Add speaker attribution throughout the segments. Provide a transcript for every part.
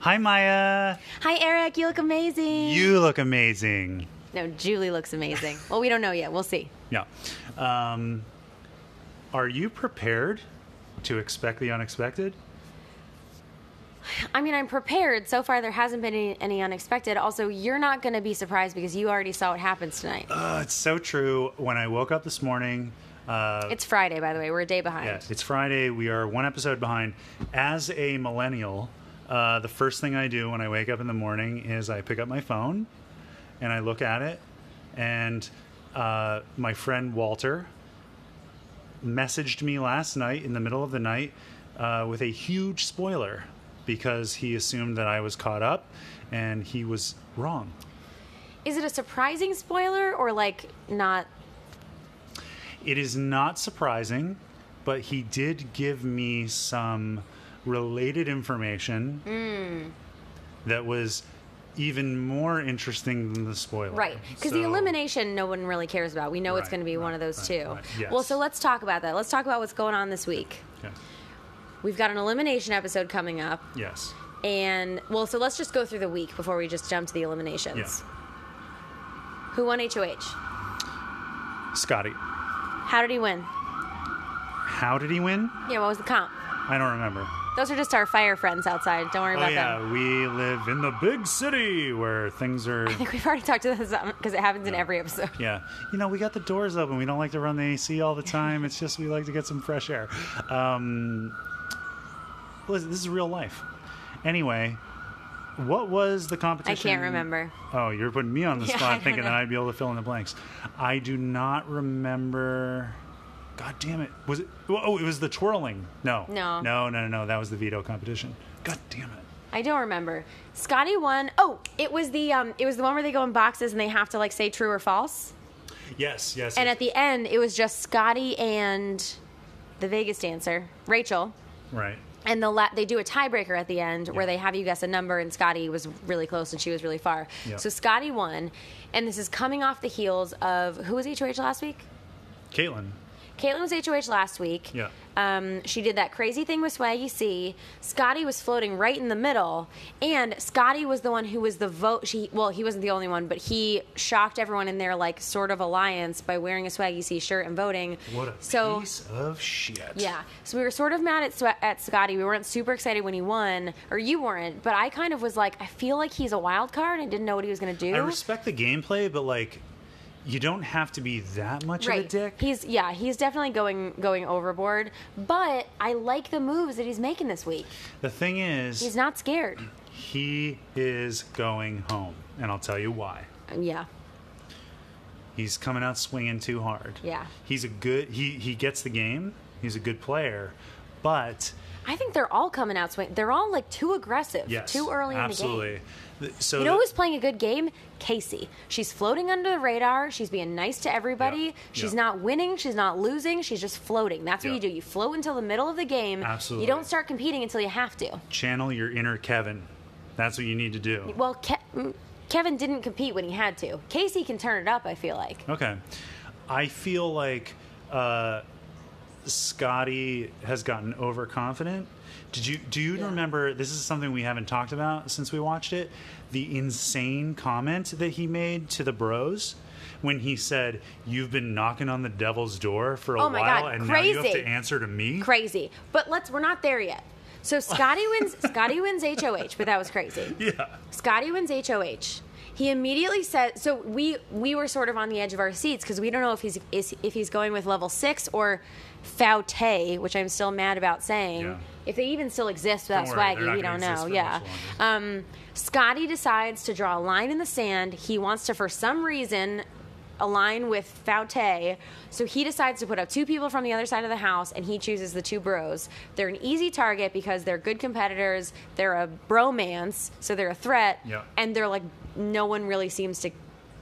Speaker 1: Hi, Maya.
Speaker 2: Hi, Eric. You look amazing.
Speaker 1: You look amazing.
Speaker 2: No, Julie looks amazing. Well, we don't know yet. We'll see.
Speaker 1: Yeah. Um, are you prepared to expect the unexpected?
Speaker 2: I mean, I'm prepared. So far, there hasn't been any, any unexpected. Also, you're not going to be surprised because you already saw what happens tonight.
Speaker 1: Uh, it's so true. When I woke up this morning, uh,
Speaker 2: It's Friday, by the way. We're a day behind.
Speaker 1: yeah, it's Friday. We are one episode behind. As a millennial, uh, the first thing I do when I wake up in the morning is I pick up my phone and I look at it. And uh, my friend Walter messaged me last night in the middle of the night uh, with a huge spoiler because he assumed that I was caught up and he was wrong.
Speaker 2: Is it a surprising spoiler or like not?
Speaker 1: It is not surprising, but he did give me some related information
Speaker 2: Hmm.
Speaker 1: that was even more interesting than the spoiler.
Speaker 2: Right. Because the
Speaker 1: So-
Speaker 2: elimination, no one really cares about. We know it's
Speaker 1: Right,
Speaker 2: going to be one
Speaker 1: right,
Speaker 2: of those
Speaker 1: right,
Speaker 2: two.
Speaker 1: right. Yes.
Speaker 2: Well, so let's talk about that. Let's talk about what's going on this week.
Speaker 1: Yeah.
Speaker 2: We've got an elimination episode coming up.
Speaker 1: Yes.
Speaker 2: And, well, so let's just go through the week before we just jump to the eliminations.
Speaker 1: Yeah.
Speaker 2: Who won HOH?
Speaker 1: Scotty,
Speaker 2: How did he win?
Speaker 1: how did he win?
Speaker 2: Yeah, what was the comp?
Speaker 1: I don't remember.
Speaker 2: Those are just our fire friends outside. Don't worry
Speaker 1: Oh,
Speaker 2: about
Speaker 1: yeah.
Speaker 2: them.
Speaker 1: We live in the big city where things are.
Speaker 2: I think we've already talked to this because it happens in every episode.
Speaker 1: Yeah. You know, we got the doors open. We don't like to run the AC all the time. It's just we like to get some fresh air. Um, listen, this is real life. Anyway, what was the
Speaker 2: I
Speaker 1: competition?
Speaker 2: can't remember.
Speaker 1: Oh, you're putting me on the
Speaker 2: Yeah, I
Speaker 1: spot
Speaker 2: don't
Speaker 1: thinking that
Speaker 2: know.
Speaker 1: I'd be able to fill in the blanks. I do not remember. God damn it. Was it? Oh, it was the twirling. No.
Speaker 2: No.
Speaker 1: No, no, no, no. That was the veto competition. God damn it.
Speaker 2: I don't remember. Scotty won. Oh, it was the um, it was the one where they go in boxes and they have to like say true or false.
Speaker 1: Yes, yes.
Speaker 2: And
Speaker 1: yes.
Speaker 2: at the end, it was just Scotty and the Vegas dancer Rachel.
Speaker 1: right.
Speaker 2: And the la- they do a tiebreaker at the end where
Speaker 1: Yeah.
Speaker 2: they have you guess a number, and Scotty was really close and she was really far.
Speaker 1: Yeah.
Speaker 2: So Scotty won, and this is coming off the heels of who was HOH last week?
Speaker 1: Caitlin.
Speaker 2: Caitlin was HOH last week.
Speaker 1: Yeah.
Speaker 2: Um, she did that crazy thing with Swaggy C. Scotty was floating right in the middle, and Scotty was the one who was the vote. She well, he wasn't the only one, but he shocked everyone in their like sort of alliance by wearing a Swaggy C shirt and voting.
Speaker 1: What a
Speaker 2: so
Speaker 1: piece of shit.
Speaker 2: yeah, so we were sort of mad at Swe- at Scotty. We weren't super excited when he won, or you weren't, but I kind of was like, I feel like he's a wild card. and didn't know what he was going to do.
Speaker 1: I respect the gameplay, but like, you don't have to be that much of a dick.
Speaker 2: He's yeah, he's definitely going going overboard. But I like the moves that he's making this week.
Speaker 1: the thing is,
Speaker 2: He's not scared.
Speaker 1: he is going home, and I'll tell you why.
Speaker 2: Yeah,
Speaker 1: He's coming out swinging too hard.
Speaker 2: Yeah.
Speaker 1: he's a good. He he gets the game. He's a good player, but
Speaker 2: I think they're all coming out swing. They're all like too aggressive,
Speaker 1: yes,
Speaker 2: too early in the game.
Speaker 1: absolutely. Th- So
Speaker 2: You know
Speaker 1: the-
Speaker 2: who's playing a good game? Casey. She's floating under the radar. She's being nice to everybody.
Speaker 1: Yeah,
Speaker 2: She's
Speaker 1: yeah.
Speaker 2: not winning. She's not losing. She's just floating. That's what
Speaker 1: Yeah.
Speaker 2: you do. You float until the middle of the game.
Speaker 1: Absolutely.
Speaker 2: You don't start competing until you have to.
Speaker 1: channel your inner Kevin. That's what you need to do.
Speaker 2: Well, Ke- mm, Kevin didn't compete when he had to. Casey can turn it up. I feel like.
Speaker 1: Okay. I feel like uh, Scotty has gotten overconfident. Did you do you
Speaker 2: Yeah.
Speaker 1: remember this is something we haven't talked about since we watched it? The insane comment that he made to the bros when he said, You've been knocking on the devil's door for a
Speaker 2: Oh my
Speaker 1: while
Speaker 2: God,
Speaker 1: and now you have
Speaker 2: crazy.
Speaker 1: to answer to me.
Speaker 2: crazy. But let's we're not there yet. So Scotty wins Scotty wins HOH, but that was crazy.
Speaker 1: Yeah.
Speaker 2: Scotty wins HOH. He immediately said so we we were sort of on the edge of our seats because we don't know if he's is, if he's going with level 6 or Faute, which I'm still mad about saying.
Speaker 1: Yeah.
Speaker 2: If they even still exist without
Speaker 1: Don't worry, they're
Speaker 2: Swaggy,
Speaker 1: not
Speaker 2: we
Speaker 1: gonna
Speaker 2: don't know.
Speaker 1: exist for
Speaker 2: Yeah.
Speaker 1: much
Speaker 2: Um, Scotty decides to draw a line in the sand. He wants to for some reason align with Faute. So he decides to put up two people from the other side of the house and he chooses the two bros. They're an easy target because they're good competitors. They're a bromance, so they're a threat.
Speaker 1: Yeah.
Speaker 2: And they're like, no one really seems to,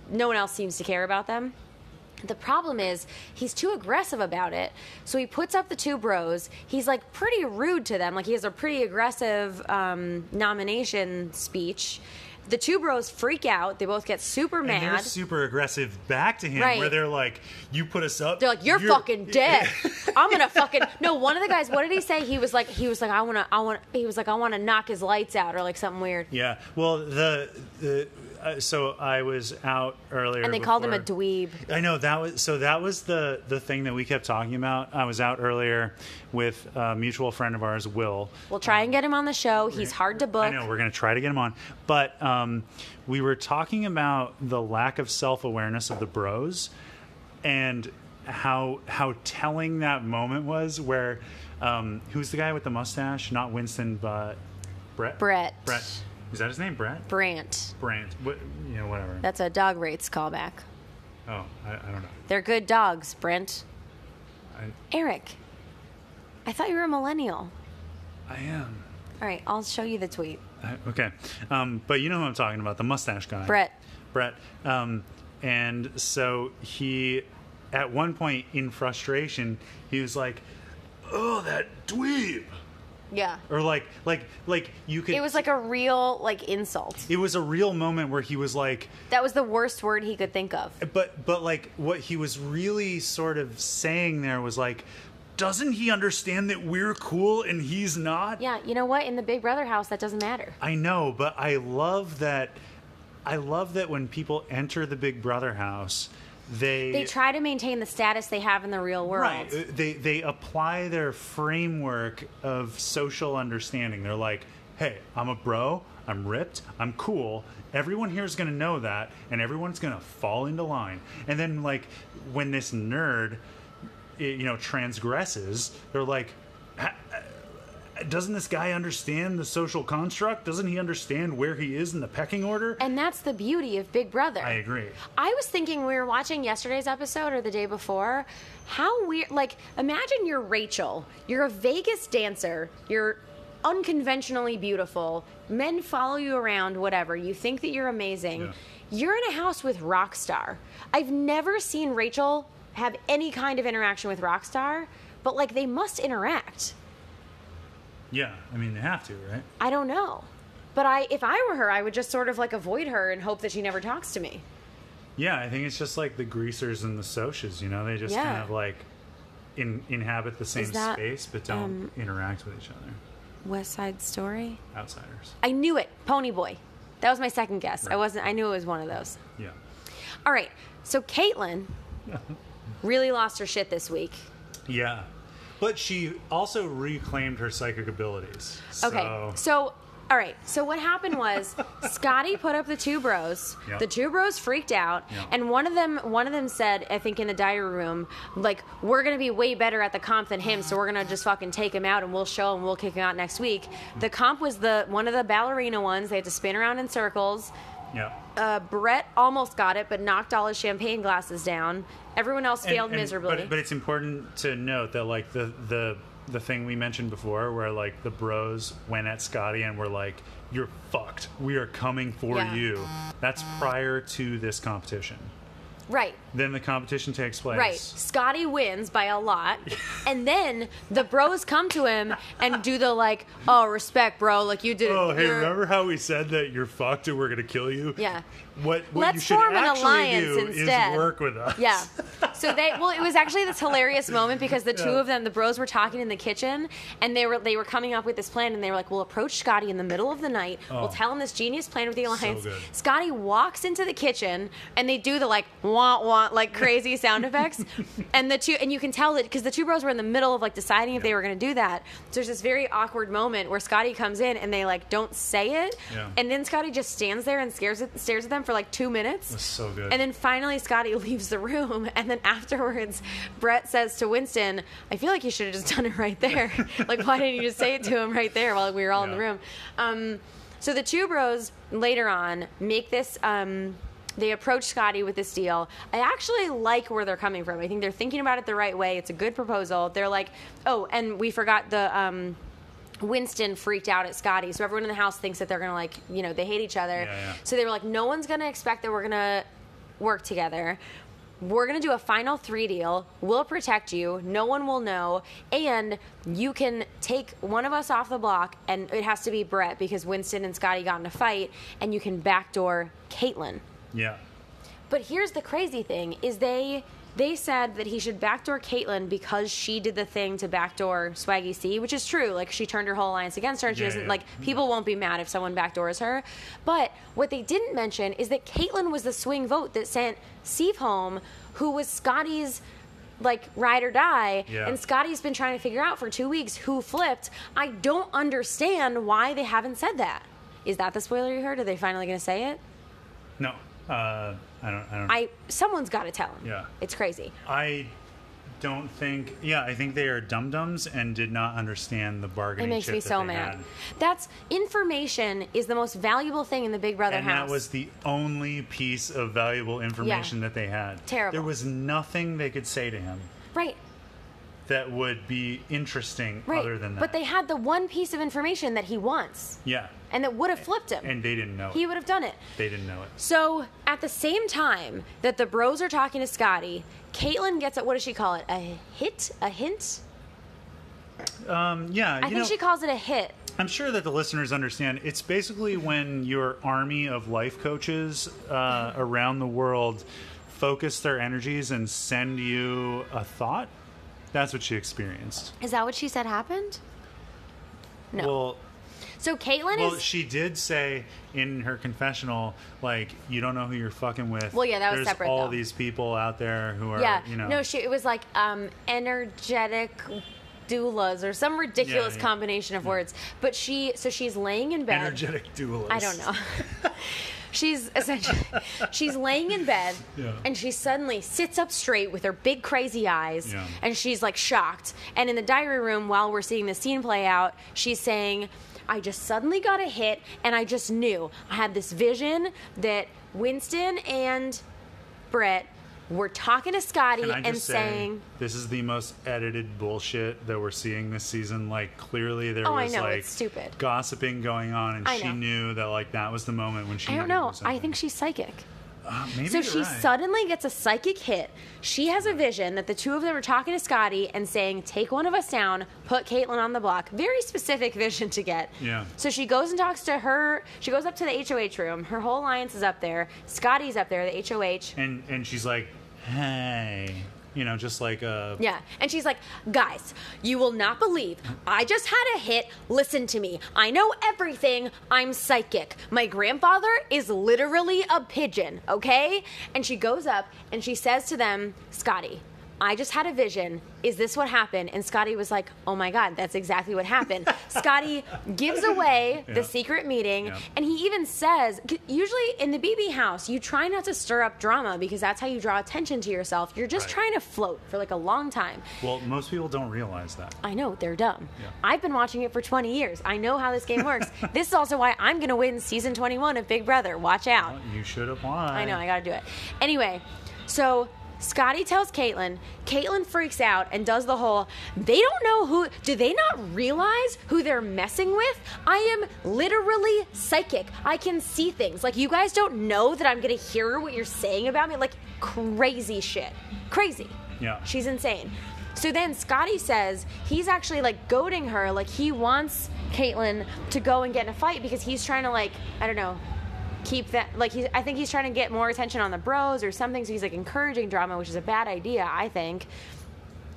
Speaker 2: no one else seems to care about them. The problem is he's too aggressive about it. So he puts up the two bros. He's like pretty rude to them. Like he has a pretty aggressive um, nomination speech. The two bros freak out. They both get super
Speaker 1: And they're
Speaker 2: mad.
Speaker 1: super aggressive back to him,
Speaker 2: Right.
Speaker 1: where they're like, "You put us up."
Speaker 2: They're like, "You're, fucking dead. I'm gonna fucking no." One of the guys, what did he say? He was like, he was like, "I wanna, I wanna." He was like, "I wanna knock his lights out" or like something weird.
Speaker 1: Yeah. Well, the the uh, so I was out earlier,
Speaker 2: and they called him a
Speaker 1: before-
Speaker 2: dweeb.
Speaker 1: I know that was so. That was the the thing that we kept talking about. I was out earlier with a mutual friend of ours, Will.
Speaker 2: We'll try and get him on the show. He's hard to book.
Speaker 1: I know we're going to try to get him on, but um, we were talking about the lack of self awareness of the bros, and how how telling that moment was. Where um, who's the guy with the mustache? Not Winston, but Brett.
Speaker 2: Brett.
Speaker 1: Brett. Is that his name? Brett.
Speaker 2: Brant.
Speaker 1: Brant. What, you know, whatever.
Speaker 2: That's a dog rates callback.
Speaker 1: oh, I, I don't know.
Speaker 2: They're good dogs, Brent.
Speaker 1: I,
Speaker 2: Eric, I thought you were a millennial.
Speaker 1: I am.
Speaker 2: All right, I'll show you the tweet.
Speaker 1: I- Okay, um, but you know who I'm talking about—the mustache guy,
Speaker 2: Brett.
Speaker 1: Brett. Um, and so he, at one point in frustration, he was like, "Oh, that dweeb,"
Speaker 2: Yeah.
Speaker 1: or like, like, like you could.
Speaker 2: It was like a real like insult.
Speaker 1: It was a real moment where he was like,
Speaker 2: That was the worst word he could think of.
Speaker 1: but but like what he was really sort of saying there was like, doesn't he understand that we're cool and he's not?
Speaker 2: Yeah, you know what? In the Big Brother house, that doesn't matter.
Speaker 1: I know, but I love that. I love that when people enter the Big Brother house, they
Speaker 2: They try to maintain the status they have in the real world.
Speaker 1: right. uh, They they apply their framework of social understanding. They're like, hey, I'm a bro. I'm ripped. I'm cool. Everyone here is going to know that, and everyone's going to fall into line. And then like when this nerd, i- you know, transgresses, they're like. "Ha- uh, Doesn't this guy understand the social construct? Doesn't he understand where he is in the pecking order?
Speaker 2: And that's the beauty of Big Brother.
Speaker 1: I agree.
Speaker 2: I was thinking we were watching yesterday's episode or the day before. How weird! Like, imagine you're Rachel. You're a Vegas dancer. You're unconventionally beautiful. Men follow you around. Whatever. You think that you're amazing.
Speaker 1: Yeah.
Speaker 2: You're in a house with Rockstar. I've never seen Rachel have any kind of interaction with Rockstar, but like they must interact.
Speaker 1: Yeah, I mean they have to, right?
Speaker 2: I don't know. But I, if I were her, I would just sort of like avoid her and hope that she never talks to me.
Speaker 1: Yeah, I think it's just like the greasers and the socias, you know, they just
Speaker 2: Yeah.
Speaker 1: kind of like in, inhabit the same
Speaker 2: Is that,
Speaker 1: space but don't
Speaker 2: um,
Speaker 1: interact with each other.
Speaker 2: West Side Story.
Speaker 1: Outsiders.
Speaker 2: I knew it. Pony Boy. That was my second guess. I
Speaker 1: Right.
Speaker 2: wasn't. I knew it was one of those.
Speaker 1: Yeah.
Speaker 2: All right. So Caitlyn really lost her shit this week.
Speaker 1: Yeah. But she also reclaimed her psychic abilities.
Speaker 2: Okay.
Speaker 1: So,
Speaker 2: So. All right. So what happened was Scotty put up the two bros.
Speaker 1: Yeah.
Speaker 2: The two bros freaked out,
Speaker 1: Yeah.
Speaker 2: and one of them, one of them said, I think in the diary room, like we're gonna be way better at the comp than him, so we're gonna just fucking take him out, and we'll show him, we'll kick him out next week.
Speaker 1: Mm-hmm.
Speaker 2: The comp was the one of the ballerina ones. They had to spin around in circles.
Speaker 1: yeah.
Speaker 2: Uh, Brett almost got it, but knocked all his champagne glasses down. Everyone else
Speaker 1: And-
Speaker 2: failed
Speaker 1: and-
Speaker 2: miserably.
Speaker 1: But, but it's important to note that like the the the thing we mentioned before where like the bros went at Scotty and were like, You're fucked. We are coming for
Speaker 2: Yeah.
Speaker 1: you. That's prior to this competition.
Speaker 2: right,
Speaker 1: Then the competition takes place.
Speaker 2: right. Scotty wins by a lot, and then the bros come to him and do the like, "Oh, respect, bro. Like you did. it.
Speaker 1: Oh, hey,
Speaker 2: You're-
Speaker 1: remember how we said that you're fucked and we're going to kill you?
Speaker 2: Yeah.
Speaker 1: What, what you
Speaker 2: Let's
Speaker 1: should
Speaker 2: form an
Speaker 1: actually
Speaker 2: alliance
Speaker 1: do
Speaker 2: instead.
Speaker 1: is work with us.
Speaker 2: Yeah. So they well, it was actually this hilarious moment because the two
Speaker 1: Yeah.
Speaker 2: of them, the bros, were talking in the kitchen, and they were they were coming up with this plan, and they were like, "We'll approach Scotty in the middle of the night.
Speaker 1: Oh.
Speaker 2: We'll tell him this genius plan with the alliance."
Speaker 1: good.
Speaker 2: Scotty walks into the kitchen, and they do the like want want like crazy sound effects, and the two and you can tell that because the two bros were in the middle of like deciding if they
Speaker 1: Yeah.
Speaker 2: were going to do that. So there's this very awkward moment where Scotty comes in and they like don't say it,
Speaker 1: Yeah.
Speaker 2: and then Scotty just stands there and stares at, stares at them for like two minutes.
Speaker 1: That's so good.
Speaker 2: And then finally, Scotty leaves the room, and then afterwards, Brett says to Winston, "I feel like you should have just done it right there. like, why didn't you just say it to him right there while we were all in the
Speaker 1: Yeah.
Speaker 2: room?" Um, so the two bros later on make this. Um, they approach Scotty with this deal. I actually like where they're coming from. I think they're thinking about it the right way. It's a good proposal. They're like, "Oh, and we forgot the." Um, Winston freaked out at Scotty, so everyone in the house thinks that they're gonna like, you know, they hate each other.
Speaker 1: Yeah, yeah.
Speaker 2: So they were like, no one's gonna expect that we're gonna work together. we're going to do a final three deal. We'll protect you. No one will know. And you can take one of us off the block, and it has to be Brett because Winston and Scotty got in a fight, and you can backdoor Caitlin.
Speaker 1: Yeah.
Speaker 2: But here's the crazy thing is they they said that he should backdoor Caitlyn because she did the thing to backdoor Swaggy C, which is true. Like she turned her whole alliance against her and she
Speaker 1: Yeah,
Speaker 2: doesn't
Speaker 1: yeah.
Speaker 2: like people won't be mad if someone backdoors her. But what they didn't mention is that Caitlyn was the swing vote that sent Steve home, who was Scotty's like ride or die.
Speaker 1: Yeah.
Speaker 2: And Scotty's been trying to figure out for two weeks who flipped. I don't understand why they haven't said that. Is that the spoiler you heard? Are they finally gonna say it?
Speaker 1: No. Uh, I don't. I don't.
Speaker 2: I someone's got to tell him.
Speaker 1: Yeah.
Speaker 2: it's crazy.
Speaker 1: I don't think. Yeah, I think they are dum dums and did not understand the
Speaker 2: It
Speaker 1: bargaining.
Speaker 2: makes
Speaker 1: chip
Speaker 2: me
Speaker 1: that
Speaker 2: so
Speaker 1: they
Speaker 2: mad.
Speaker 1: had.
Speaker 2: That's information is the most valuable thing in the Big Brother
Speaker 1: And
Speaker 2: house.
Speaker 1: that was the only piece of valuable information that they had.
Speaker 2: Terrible.
Speaker 1: There was nothing they could say to him
Speaker 2: right.
Speaker 1: that would be interesting
Speaker 2: Right.
Speaker 1: other than that.
Speaker 2: But they had the one piece of information that he wants
Speaker 1: yeah,
Speaker 2: and that would have flipped him.
Speaker 1: and they didn't know.
Speaker 2: he
Speaker 1: it.
Speaker 2: would have done it.
Speaker 1: They didn't know it.
Speaker 2: So at the same time that the bros are talking to Scotty, Caitlyn gets a, what does she call it? A hit? A hint?
Speaker 1: Um, yeah,
Speaker 2: I
Speaker 1: you
Speaker 2: think
Speaker 1: know,
Speaker 2: she calls it a hit.
Speaker 1: I'm sure that the listeners understand. It's basically when your army of life coaches uh, around the world focus their energies and send you a thought. That's what she experienced.
Speaker 2: Is that what she said happened? No.
Speaker 1: Well,
Speaker 2: so Caitlyn
Speaker 1: well,
Speaker 2: is
Speaker 1: she did say in her confessional, like, you don't know who you're fucking with.
Speaker 2: Well, yeah, that was
Speaker 1: There's
Speaker 2: separate,
Speaker 1: All
Speaker 2: though.
Speaker 1: these people out there who are,
Speaker 2: Yeah.
Speaker 1: you know,
Speaker 2: No, she it was like um energetic doulas or some ridiculous
Speaker 1: yeah.
Speaker 2: combination of words. But she so she's laying in bed.
Speaker 1: energetic duelist.
Speaker 2: I don't know. she's essentially she's laying in bed
Speaker 1: Yeah.
Speaker 2: and she suddenly sits up straight with her big crazy eyes
Speaker 1: Yeah.
Speaker 2: and she's like shocked. And in the diary room while we're seeing the scene play out, she's saying I just suddenly got a hit and I just knew. I had this vision that Winston and Brett were talking to Scotty
Speaker 1: Can I
Speaker 2: and
Speaker 1: just say,
Speaker 2: saying
Speaker 1: this is the most edited bullshit that we're seeing this season? Like, clearly there
Speaker 2: Oh, I
Speaker 1: was
Speaker 2: know,
Speaker 1: like
Speaker 2: it's stupid.
Speaker 1: gossiping going on, and
Speaker 2: I
Speaker 1: she
Speaker 2: know.
Speaker 1: knew that like that was the moment when she.
Speaker 2: I don't
Speaker 1: knew
Speaker 2: know. I
Speaker 1: something.
Speaker 2: think she's psychic.
Speaker 1: Uh, maybe
Speaker 2: So
Speaker 1: you're
Speaker 2: she
Speaker 1: right.
Speaker 2: suddenly gets a psychic hit. She has a vision that the two of them are talking to Scotty and saying, Take one of us down, put Caitlin on the block. Very specific vision to get.
Speaker 1: Yeah.
Speaker 2: So she goes and talks to her. She goes up to the HOH room. Her whole alliance is up there. Scotty's up there, the HOH.
Speaker 1: And and she's like, hey, you know, just like uh,
Speaker 2: Yeah. And she's like, guys, you will not believe. I just had a hit. Listen to me. I know everything. I'm psychic. My grandfather is literally a pigeon, okay? And she goes up and she says to them, Scotty, I just had a vision. Is this what happened? And Scotty was like, oh my God, that's exactly what happened. Scotty gives away
Speaker 1: Yeah.
Speaker 2: the secret meeting
Speaker 1: Yeah.
Speaker 2: and he even says, c- usually in the BB house, you try not to stir up drama because that's how you draw attention to yourself. You're just
Speaker 1: Right.
Speaker 2: trying to float for like a long time.
Speaker 1: Well, most people don't realize that.
Speaker 2: I know they're dumb.
Speaker 1: Yeah.
Speaker 2: I've been watching it for 20 years. I know how this game works. this is also why I'm going to win season 21 of Big Brother. Watch out.
Speaker 1: You should apply.
Speaker 2: I know, I got to do it. Anyway, so Scotty tells Caitlin. Caitlin freaks out and does the whole, they don't know who, do they not realize who they're messing with? I am literally psychic. I can see things. Like, you guys don't know that I'm going to hear what you're saying about me? Like, crazy shit. Crazy.
Speaker 1: Yeah.
Speaker 2: She's insane. So then Scotty says he's actually like goading her, like he wants Caitlyn to go and get in a fight because he's trying to like I don't know keep that like he's I think he's trying to get more attention on the bros or something. So he's like encouraging drama, which is a bad idea, I think.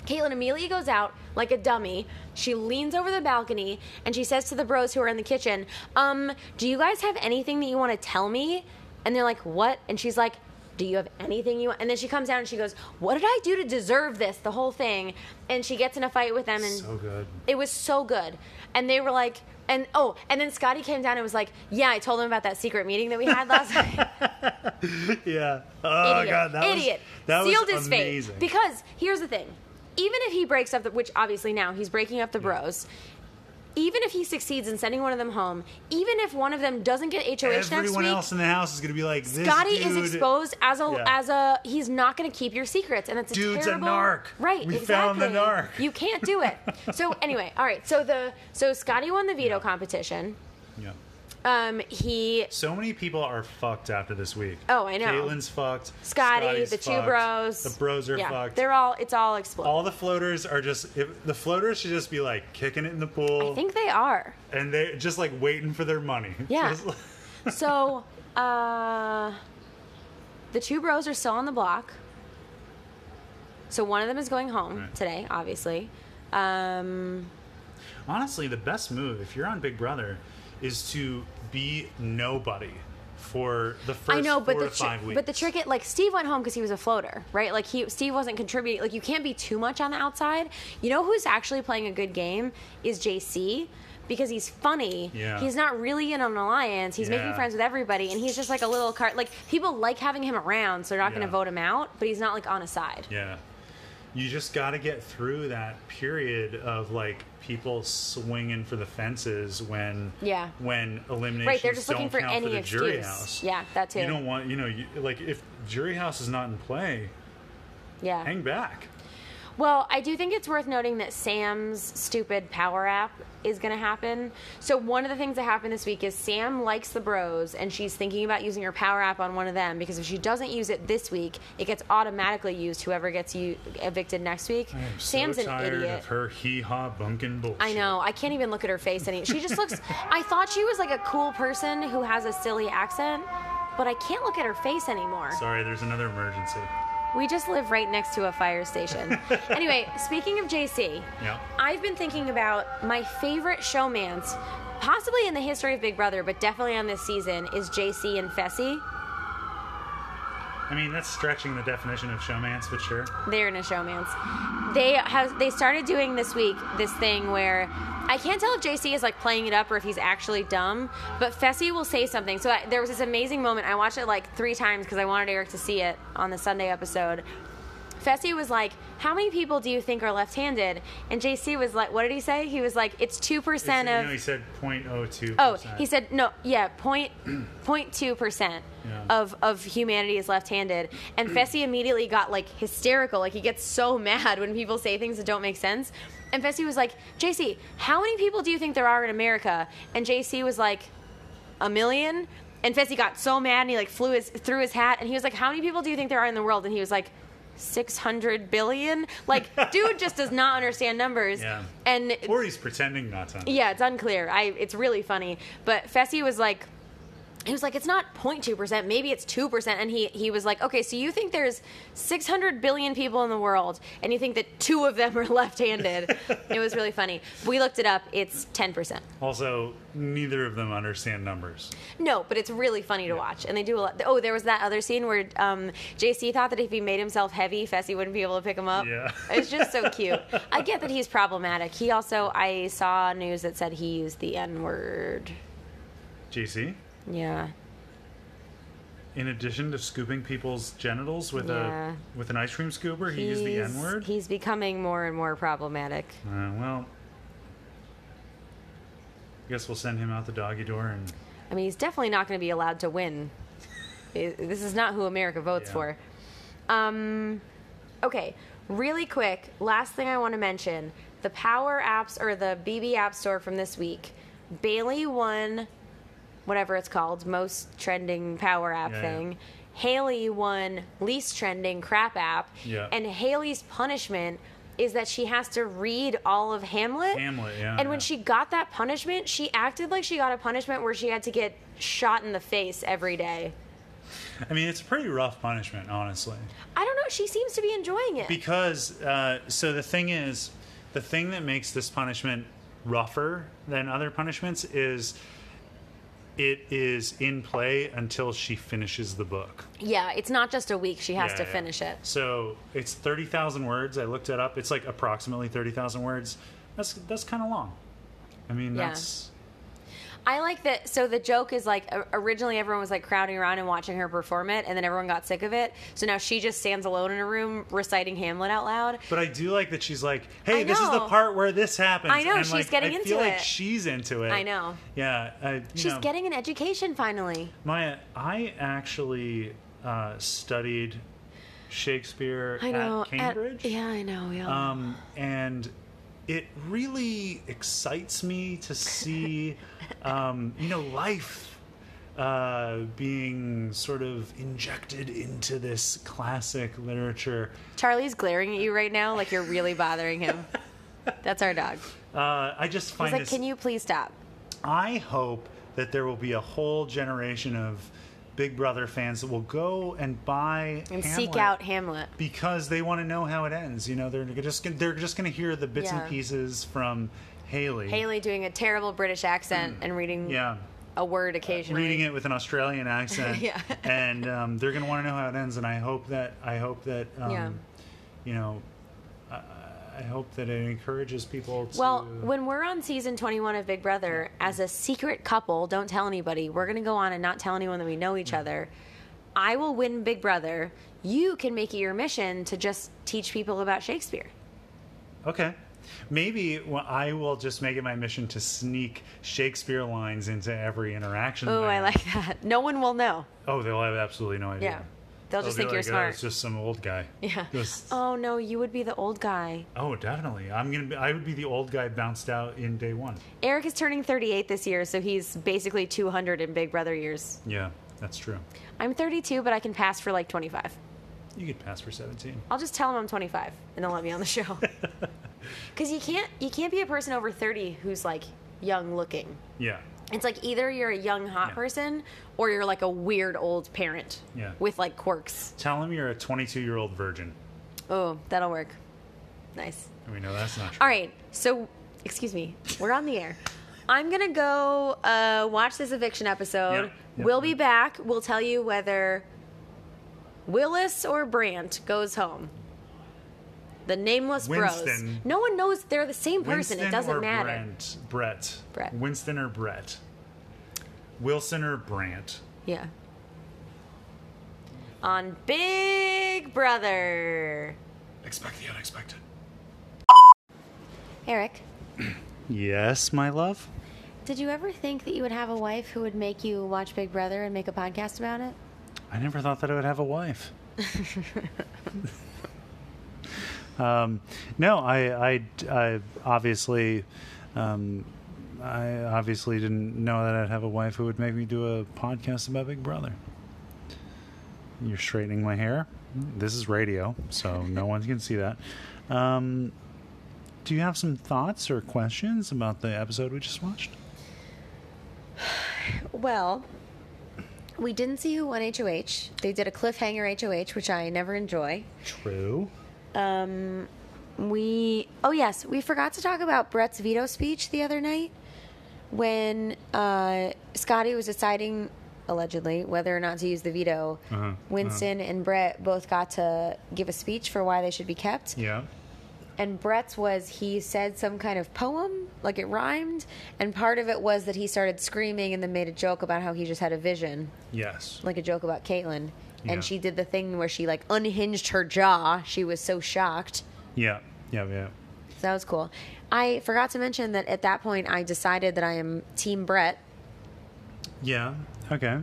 Speaker 2: Caitlyn immediately goes out like a dummy. She leans over the balcony and she says to the bros who are in the kitchen, "Um, do you guys have anything that you want to tell me?" And they're like, "What?" And she's like, "Do you have anything you?" Want? And then she comes down and she goes, "What did I do to deserve this?" The whole thing, and she gets in a fight with them, and
Speaker 1: So good.
Speaker 2: it was so good. And they were like, and oh, and then Scotty came down and was like, "Yeah, I told him about that secret meeting that we had last night."
Speaker 1: Yeah. Oh
Speaker 2: idiot,
Speaker 1: god, that
Speaker 2: idiot.
Speaker 1: was that
Speaker 2: sealed
Speaker 1: was
Speaker 2: his
Speaker 1: amazing.
Speaker 2: fate. Because here's the thing: even if he breaks up, the, which obviously now he's breaking up the bros. Even if he succeeds in sending one of them home, even if one of them doesn't get HOH next
Speaker 1: everyone
Speaker 2: week,
Speaker 1: else in the house is going to be like, this
Speaker 2: Scotty
Speaker 1: dude,
Speaker 2: is exposed as a
Speaker 1: Yeah.
Speaker 2: as a he's not going to keep your secrets, and that's a
Speaker 1: Dude's a
Speaker 2: terrible,
Speaker 1: narc.
Speaker 2: Right,
Speaker 1: We found
Speaker 2: exactly.
Speaker 1: the narc.
Speaker 2: You can't do it. so anyway, all right. So the so Scotty won the veto competition.
Speaker 1: Yeah.
Speaker 2: Um, he
Speaker 1: So many people are fucked after this week.
Speaker 2: Oh, I know.
Speaker 1: Caitlin's fucked.
Speaker 2: Scotty,
Speaker 1: Scotty's
Speaker 2: the two
Speaker 1: fucked,
Speaker 2: bros,
Speaker 1: The bros are
Speaker 2: yeah,
Speaker 1: fucked.
Speaker 2: They're all. It's all exploded.
Speaker 1: all the floaters are just if, the floaters should just be like kicking it in the pool
Speaker 2: I think they are.
Speaker 1: and they're just like waiting for their money.
Speaker 2: Yeah.
Speaker 1: Just like-
Speaker 2: So, uh, the two bros are still on the block. So one of them is going home
Speaker 1: Right.
Speaker 2: today, obviously. Um,
Speaker 1: honestly, the best move if you're on Big Brother is to be nobody for the first
Speaker 2: I know, but
Speaker 1: four
Speaker 2: the
Speaker 1: to five
Speaker 2: tr-
Speaker 1: weeks.
Speaker 2: but the trick, it, like Steve went home because he was a floater, right? Like he Steve wasn't contributing. Like you can't be too much on the outside. You know who's actually playing a good game is JC because he's funny.
Speaker 1: Yeah.
Speaker 2: He's not really in an alliance. He's making
Speaker 1: Yeah.
Speaker 2: friends with everybody, and he's just like a little cart. Like people like having him around, so they're not going
Speaker 1: Yeah.
Speaker 2: to vote him out. But he's not like on a side.
Speaker 1: Yeah. You just got to get through that period of like people swinging for the fences when
Speaker 2: Yeah.
Speaker 1: when eliminations
Speaker 2: Right, they're just
Speaker 1: don't
Speaker 2: looking for
Speaker 1: count
Speaker 2: any
Speaker 1: for the
Speaker 2: excuse.
Speaker 1: jury house.
Speaker 2: Yeah, that too.
Speaker 1: You don't want you know you, like if jury house is not in play,
Speaker 2: yeah.
Speaker 1: hang back.
Speaker 2: Well, I do think it's worth noting that Sam's stupid power app is going to happen. So one of the things that happened this week is Sam likes the bros and she's thinking about using her power app on one of them because if she doesn't use it this week, it gets automatically used whoever gets you evicted next week.
Speaker 1: I am
Speaker 2: Sam's
Speaker 1: so
Speaker 2: an
Speaker 1: tired
Speaker 2: idiot.
Speaker 1: of her hee haw bunkin' bullshit.
Speaker 2: I know. I can't even look at her face any. She just looks I thought she was like a cool person who has a silly accent, but I can't look at her face anymore.
Speaker 1: Sorry, there's another emergency.
Speaker 2: We just live right next to a fire station. anyway, speaking of JC,
Speaker 1: Yeah.
Speaker 2: I've been thinking about my favorite showmance, possibly in the history of Big Brother, but definitely on this season, is JC and Fessy.
Speaker 1: I mean, that's stretching the definition of showmance, but sure.
Speaker 2: They're in a showmance. They have they started doing this week this thing where I can't tell if JC is like playing it up or if he's actually dumb, but Fessy will say something. So I, there was this amazing moment. I watched it like three times because I wanted Eric to see it on the Sunday episode. Fessy was like, "How many people do you think are left-handed?" And JC was like, "What did he say?" He was like, "It's two percent
Speaker 1: It's-
Speaker 2: of."
Speaker 1: you know, he said 0.02.
Speaker 2: Oh, he said no. Yeah, point point two percent
Speaker 1: Yeah.
Speaker 2: of of humanity is left-handed, and Fessy immediately got like hysterical. Like he gets so mad when people say things that don't make sense. And Fessy was like, "JC, how many people do you think there are in America?" And JC was like, "A million? And Fessy got so mad and he like flew his threw his hat and he was like, "How many people do you think there are in the world?" And he was like. 600 billion like dude just does not understand numbers
Speaker 1: Yeah.
Speaker 2: and
Speaker 1: Or he's pretending not to.
Speaker 2: yeah, it's unclear. I it's really funny. But Fessy was like he was like, it's not 0.2%, maybe it's 2%. And he, he was like, okay, so you think there's 600 billion people in the world, and you think that two of them are left handed. it was really funny. We looked it up, it's 10%.
Speaker 1: Also, neither of them understand numbers.
Speaker 2: No, but it's really funny to watch. And they do a lot. Oh, there was that other scene where um, JC thought that if he made himself heavy, Fessy wouldn't be able to pick him up.
Speaker 1: Yeah.
Speaker 2: It's just so cute. I get that he's problematic. He also, I saw news that said he used the N word.
Speaker 1: GC,
Speaker 2: Yeah.
Speaker 1: in addition to scooping people's genitals with
Speaker 2: Yeah.
Speaker 1: a with an ice cream scooper, he used the
Speaker 2: He's-
Speaker 1: N word.
Speaker 2: He's becoming more and more problematic.
Speaker 1: Uh, well, I guess we'll send him out the doggy door and
Speaker 2: I mean, he's definitely not going to be allowed to win. I- This is not who America votes
Speaker 1: Yeah.
Speaker 2: for. Um, okay, really quick, last thing I want to mention the Power Apps or the BB App Store from this week. Bailey won whatever it's called, most trending Power App
Speaker 1: Yeah, yeah.
Speaker 2: thing. Haley won least trending crap app.
Speaker 1: Yeah.
Speaker 2: And Haley's punishment is that she has to read all of Hamlet.
Speaker 1: Hamlet, yeah,
Speaker 2: And when
Speaker 1: yeah.
Speaker 2: she got that punishment, she acted like she got a punishment where she had to get shot in the face every day.
Speaker 1: I mean, it's a pretty rough punishment, honestly.
Speaker 2: I don't know. She seems to be enjoying it.
Speaker 1: Because, uh, so the thing is, the thing that makes this punishment rougher than other punishments is it is in play until she finishes the book.
Speaker 2: yeah, it's not just a week. She has
Speaker 1: Yeah,
Speaker 2: to
Speaker 1: yeah.
Speaker 2: finish it.
Speaker 1: So it's 30,000 words. I looked it up. It's like approximately 30,000 words. That's, that's kind of long. I mean,
Speaker 2: Yeah.
Speaker 1: that's.
Speaker 2: I like that. So the joke is like o- originally everyone was like crowding around and watching her perform it, and then everyone got sick of it. So now she just stands alone in a room reciting Hamlet out loud.
Speaker 1: But I do like that she's like, hey,
Speaker 2: I
Speaker 1: this is the
Speaker 2: know.
Speaker 1: part where this happens.
Speaker 2: I know,
Speaker 1: And,
Speaker 2: she's
Speaker 1: like,
Speaker 2: getting
Speaker 1: I
Speaker 2: into
Speaker 1: feel like
Speaker 2: it.
Speaker 1: she's into it.
Speaker 2: I know.
Speaker 1: Yeah. I, you
Speaker 2: She's
Speaker 1: know,
Speaker 2: getting an education finally.
Speaker 1: Maya, I actually uh, studied Shakespeare
Speaker 2: I know.
Speaker 1: at Cambridge.
Speaker 2: yeah, I know. Yeah.
Speaker 1: Um, and it really excites me to see, um, you know, life uh, being sort of injected into this classic literature.
Speaker 2: Charlie's glaring at you right now like you're really bothering him. That's our dog.
Speaker 1: Uh, I just find
Speaker 2: He's like,
Speaker 1: this.
Speaker 2: can you please stop?
Speaker 1: I hope that there will be a whole generation of Big Brother fans that will go and buy Hamlet
Speaker 2: And seek out Hamlet.
Speaker 1: because they want to know how it ends. You know, they're just gonna- they're just going to hear the bits
Speaker 2: Yeah.
Speaker 1: and pieces from Haley.
Speaker 2: Haley doing a terrible British accent and reading
Speaker 1: Mm. yeah.
Speaker 2: a word occasionally.
Speaker 1: Reading it with an Australian accent,
Speaker 2: Yeah.
Speaker 1: and um, they're going to want to know how it ends. And I hope that I hope that um,
Speaker 2: Yeah.
Speaker 1: you know, I, I hope that it encourages people to
Speaker 2: Well, when we're on season 21 of Big Brother, as a secret couple, don't tell anybody, we're going to go on and not tell anyone that we know each
Speaker 1: Mm.
Speaker 2: other. I will win Big Brother. You can make it your mission to just teach people about Shakespeare.
Speaker 1: Okay. Maybe well, I will just make it my mission to sneak Shakespeare lines into every interaction.
Speaker 2: Oh,
Speaker 1: that
Speaker 2: I
Speaker 1: have.
Speaker 2: like that. No one will know.
Speaker 1: Oh, they'll have absolutely no idea.
Speaker 2: Yeah. They'll just
Speaker 1: be
Speaker 2: think you're
Speaker 1: like,
Speaker 2: smart.
Speaker 1: Oh, it's just some old guy.
Speaker 2: Yeah.
Speaker 1: Just- oh.
Speaker 2: Oh, no, you would be the old guy.
Speaker 1: definitely. I'm gonna. Be, I would be the old guy bounced out in day one.
Speaker 2: Eric is turning 38 this year, so he's basically 200 in Big Brother years.
Speaker 1: Yeah, that's true.
Speaker 2: I'm 32, but I can pass for like 25.
Speaker 1: You could pass for 17.
Speaker 2: I'll just tell them I'm 25 and they'll let me on the show. Cuz you can't you can't be a person over 30 who's like young looking.
Speaker 1: Yeah.
Speaker 2: It's like either you're a young hot
Speaker 1: Yeah.
Speaker 2: person or you're like a weird old parent
Speaker 1: Yeah.
Speaker 2: with like quirks.
Speaker 1: Tell him you're a 22 year old virgin.
Speaker 2: Oh, that'll work. Nice.
Speaker 1: We know that's not true.
Speaker 2: All right. So, excuse me. We're on the air. I'm going to go uh, watch this eviction episode.
Speaker 1: Yeah, yeah.
Speaker 2: We'll be back. We'll tell you whether Willis or Brandt goes home. The nameless bros.
Speaker 1: Winston.
Speaker 2: No one knows they're the same person.
Speaker 1: Winston
Speaker 2: it doesn't
Speaker 1: or
Speaker 2: matter.
Speaker 1: Brent? Brett.
Speaker 2: Brett.
Speaker 1: Winston or Brett. Wilson or Brant.
Speaker 2: Yeah. On Big Brother.
Speaker 1: Expect the unexpected.
Speaker 2: Eric,
Speaker 1: Yes, my love.
Speaker 2: did you ever think that you would have a wife who would make you watch Big Brother and make a podcast about it?
Speaker 1: I never thought that I would have a wife. um, no, I, I, I obviously, um, I obviously didn't know that I'd have a wife who would make me do a podcast about Big Brother. You're straightening my hair. This is radio, so no one can see that. Um, do you have some thoughts or questions about the episode we just watched?
Speaker 2: Well, we didn't see who won HOH. They did a cliffhanger HOH, which I never enjoy.
Speaker 1: True.
Speaker 2: Um, we oh yes, we forgot to talk about Brett's veto speech the other night when uh, Scotty was deciding allegedly whether or not to use the veto.
Speaker 1: Uh-huh,
Speaker 2: Winston and Brett both got to give a speech for why they should be kept.
Speaker 1: Yeah.
Speaker 2: And Brett's was he said some kind of poem, like it rhymed, and part of it was that he started screaming and then made a joke about how he just had a vision
Speaker 1: Yes.
Speaker 2: like a joke about Caitlyn,
Speaker 1: Yeah.
Speaker 2: and she did the thing where she like unhinged her jaw. She was so shocked.
Speaker 1: Yeah. Yeah. Yeah.
Speaker 2: So that was cool. I forgot to mention that at that point I decided that I am Team Brett,
Speaker 1: Yeah. Okay.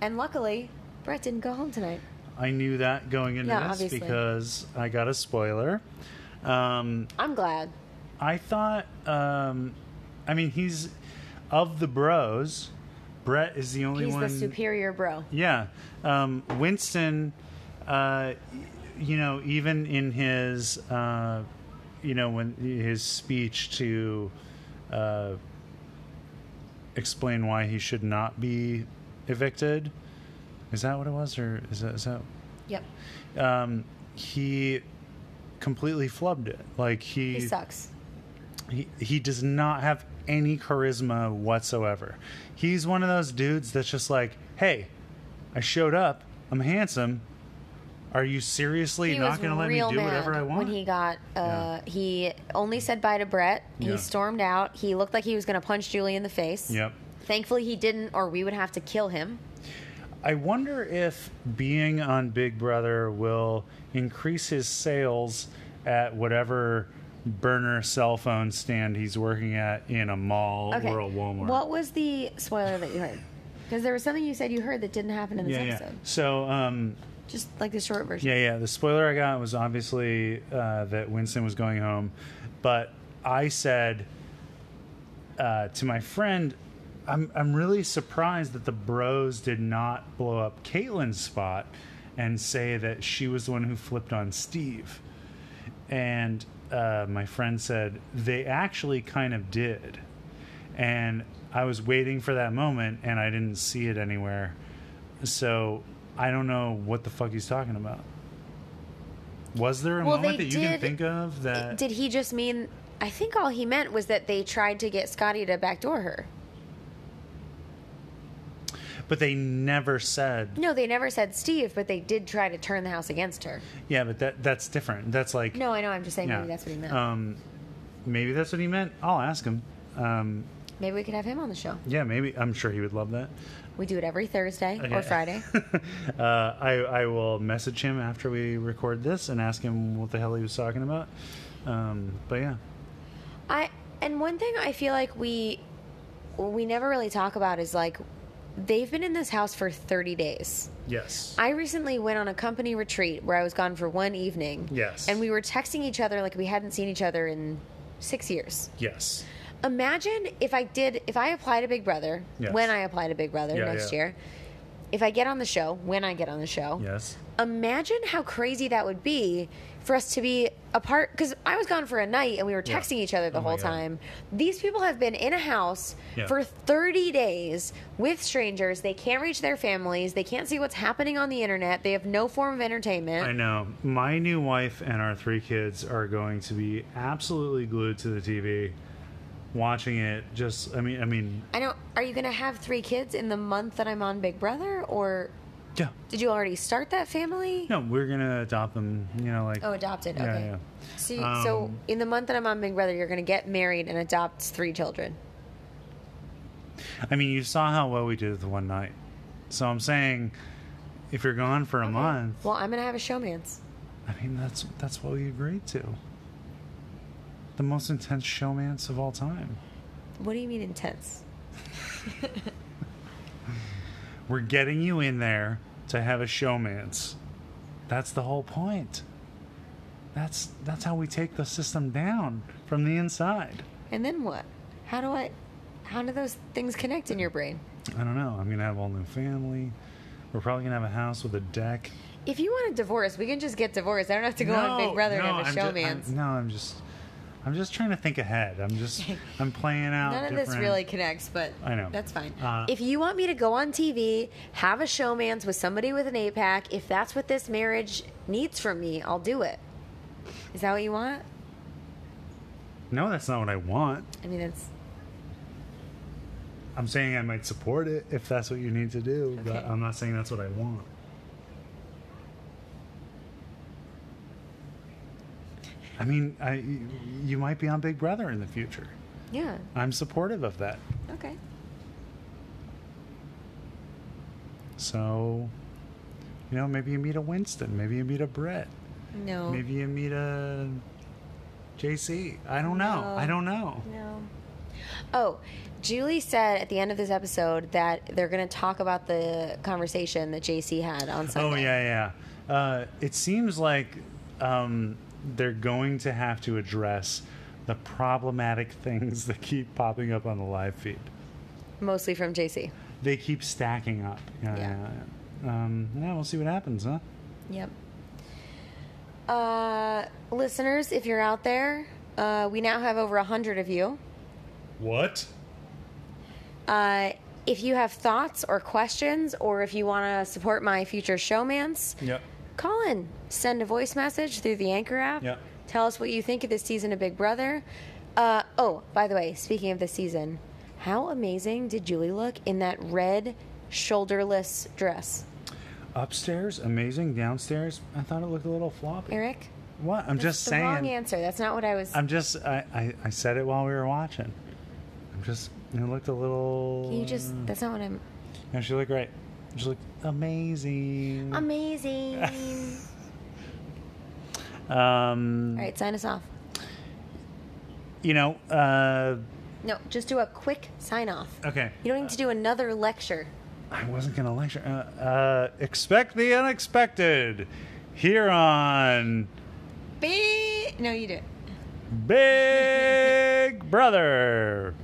Speaker 2: and luckily Brett didn't go home tonight.
Speaker 1: I knew that going into
Speaker 2: Yeah,
Speaker 1: this
Speaker 2: obviously.
Speaker 1: because I got a spoiler. Um,
Speaker 2: I'm glad.
Speaker 1: I thought, um, I mean, he's of the bros. Brett is the only
Speaker 2: He's
Speaker 1: one.
Speaker 2: the superior bro.
Speaker 1: yeah, um, Winston. Uh, y- you know, even in his, uh, you know, when his speech to uh, explain why he should not be evicted. Is that what it was, or is that, is that
Speaker 2: Yep.
Speaker 1: um, he completely flubbed it. Like he
Speaker 2: He sucks.
Speaker 1: he, he does not have any charisma whatsoever. He's one of those dudes that's just like, hey, I showed up. I'm handsome. Are you seriously
Speaker 2: He
Speaker 1: not
Speaker 2: was
Speaker 1: going to let me
Speaker 2: real
Speaker 1: do
Speaker 2: mad
Speaker 1: whatever I want?
Speaker 2: When he got, uh,
Speaker 1: Yeah.
Speaker 2: he only said bye to Brett.
Speaker 1: Yeah.
Speaker 2: He stormed out. He looked like he was going to punch Julie in the face.
Speaker 1: yep.
Speaker 2: Thankfully, he didn't, or we would have to kill him.
Speaker 1: I wonder if being on Big Brother will increase his sales at whatever burner cell phone stand he's working at in a mall or a Walmart.
Speaker 2: What was the spoiler that you heard? Because there was something you said you heard that didn't happen in this
Speaker 1: yeah, yeah.
Speaker 2: episode.
Speaker 1: So, um,
Speaker 2: Just like the short version.
Speaker 1: yeah, yeah. The spoiler I got was obviously uh, that Winston was going home, but I said uh, to my friend, I'm, I'm really surprised that the bros did not blow up Caitlyn's spot and say that she was the one who flipped on Steve. And uh, my friend said, they actually kind of did. And I was waiting for that moment and I didn't see it anywhere. So I don't know what the fuck he's talking about. Was there a
Speaker 2: Well,
Speaker 1: moment
Speaker 2: they
Speaker 1: that you can
Speaker 2: did-
Speaker 1: think of that?
Speaker 2: Did he just mean? I think all he meant was that they tried to get Scotty to backdoor her.
Speaker 1: But they never said.
Speaker 2: No, they never said Steve, but they did try to turn the house against her.
Speaker 1: Yeah, but that that's different. That's like
Speaker 2: No, I know. I'm just saying
Speaker 1: yeah.
Speaker 2: maybe that's what he meant.
Speaker 1: Um, maybe that's what he meant. I'll ask him. Um,
Speaker 2: maybe we could have him on the show.
Speaker 1: yeah, maybe I'm sure he would love that.
Speaker 2: We do it every Thursday
Speaker 1: Okay.
Speaker 2: or Friday.
Speaker 1: uh, I I will message him after we record this and ask him what the hell he was talking about. Um, but yeah,
Speaker 2: I and one thing I feel like we we never really talk about is like they've been in this house for 30 days.
Speaker 1: yes,
Speaker 2: I recently went on a company retreat where I was gone for one evening.
Speaker 1: Yes.
Speaker 2: And we were texting each other like we hadn't seen each other in 6 years.
Speaker 1: yes,
Speaker 2: Imagine if I did if I apply to Big Brother
Speaker 1: Yes.
Speaker 2: when I apply to Big Brother
Speaker 1: Yeah,
Speaker 2: next
Speaker 1: yeah.
Speaker 2: year. If I get on the show, when I get on the show,
Speaker 1: yes,
Speaker 2: imagine how crazy that would be for us to be apart because i was gone for a night and we were
Speaker 1: Yeah.
Speaker 2: texting each other the
Speaker 1: Oh my
Speaker 2: whole
Speaker 1: God.
Speaker 2: time these people have been in a house
Speaker 1: Yeah.
Speaker 2: for 30 days with strangers they can't reach their families they can't see what's happening on the internet they have no form of entertainment
Speaker 1: I know. My new wife and our three kids are going to be absolutely glued to the TV, watching it. Just I mean I mean
Speaker 2: I know are you going to have three kids in the month that i'm on big brother or
Speaker 1: yeah.
Speaker 2: did you already start that family
Speaker 1: No, we're gonna adopt them. You know, like
Speaker 2: oh adopted
Speaker 1: Yeah,
Speaker 2: okay
Speaker 1: yeah.
Speaker 2: so, you so
Speaker 1: Um,
Speaker 2: in the month that i'm on big brother you're going to get married and adopt three children
Speaker 1: I mean, you saw how well we did the one night. So I'm saying, if you're gone for a month,
Speaker 2: well i'm going to have a showman's
Speaker 1: I mean that's that's what we agreed to. The most intense showmance of all time.
Speaker 2: What do you mean intense?
Speaker 1: We're getting you in there to have a showmance. That's the whole point. That's that's how we take the system down from the inside.
Speaker 2: And then what? How do I? How do those things connect in your brain?
Speaker 1: I don't know. I'm gonna have a whole new family. We're probably gonna have a house with a deck.
Speaker 2: If you want a divorce, we can just get divorced. I don't have to go on Big Brother and have a
Speaker 1: I'm ju-
Speaker 2: showman's.
Speaker 1: I'm- no, I'm just, I'm just trying to think ahead. I'm just, I'm playing out.
Speaker 2: None of this
Speaker 1: different-
Speaker 2: really connects, but
Speaker 1: I know.
Speaker 2: that's fine.
Speaker 1: Uh,
Speaker 2: if you want me to go on TV, have a showman's with somebody with an eight pack, if that's what this marriage needs from me, I'll do it. Is that what you want?
Speaker 1: No, that's not what I want.
Speaker 2: I mean, that's
Speaker 1: I'm saying I might support it if that's what you need to do, but
Speaker 2: Okay.
Speaker 1: I'm not saying that's what I want. I mean, I, you- you might be on Big Brother in the future.
Speaker 2: yeah.
Speaker 1: I'm supportive of that.
Speaker 2: Okay.
Speaker 1: So, you know, maybe you meet a Winston, maybe you meet a Brett.
Speaker 2: No.
Speaker 1: Maybe you meet a JC. I don't know.
Speaker 2: No.
Speaker 1: I don't know.
Speaker 2: No. Oh, Julie said at the end of this episode that they're going to talk about the conversation that JC had on
Speaker 1: Oh
Speaker 2: Sunday.
Speaker 1: yeah, yeah. Uh, it seems like um, they're going to have to address the problematic things that keep popping up on the live feed.
Speaker 2: Mostly from JC.
Speaker 1: They keep stacking up. Yeah.
Speaker 2: Yeah.
Speaker 1: yeah, yeah. Um, yeah we'll see what happens, huh?
Speaker 2: Yep. Uh, listeners, if you're out there, uh, we now have over 100 of you.
Speaker 1: What?
Speaker 2: Uh, if you have thoughts or questions, or if you want to support my future showmans,
Speaker 1: Yep.
Speaker 2: call in. Send a voice message through the Anchor app.
Speaker 1: Yeah.
Speaker 2: Tell us what you think of this season of Big Brother. Uh, oh, by the way, speaking of this season, how amazing did Julie look in that red shoulderless dress?
Speaker 1: Upstairs, amazing. Downstairs, I thought it looked a little floppy.
Speaker 2: Eric?
Speaker 1: What? I'm just
Speaker 2: the
Speaker 1: saying.
Speaker 2: wrong answer. That's not what I was.
Speaker 1: I'm just. I, I. I said it while we were watching. I'm just. It looked a little.
Speaker 2: you just. That's not what I'm.
Speaker 1: No, she looked great. She looked amazing.
Speaker 2: Amazing.
Speaker 1: Um,
Speaker 2: All right, sign us off.
Speaker 1: you know, uh,
Speaker 2: No, just do a quick sign off.
Speaker 1: okay.
Speaker 2: You don't need to do another lecture.
Speaker 1: I wasn't gonna lecture. Uh, uh, expect the unexpected here on.
Speaker 2: Be- no, you do it.
Speaker 1: Big Brother.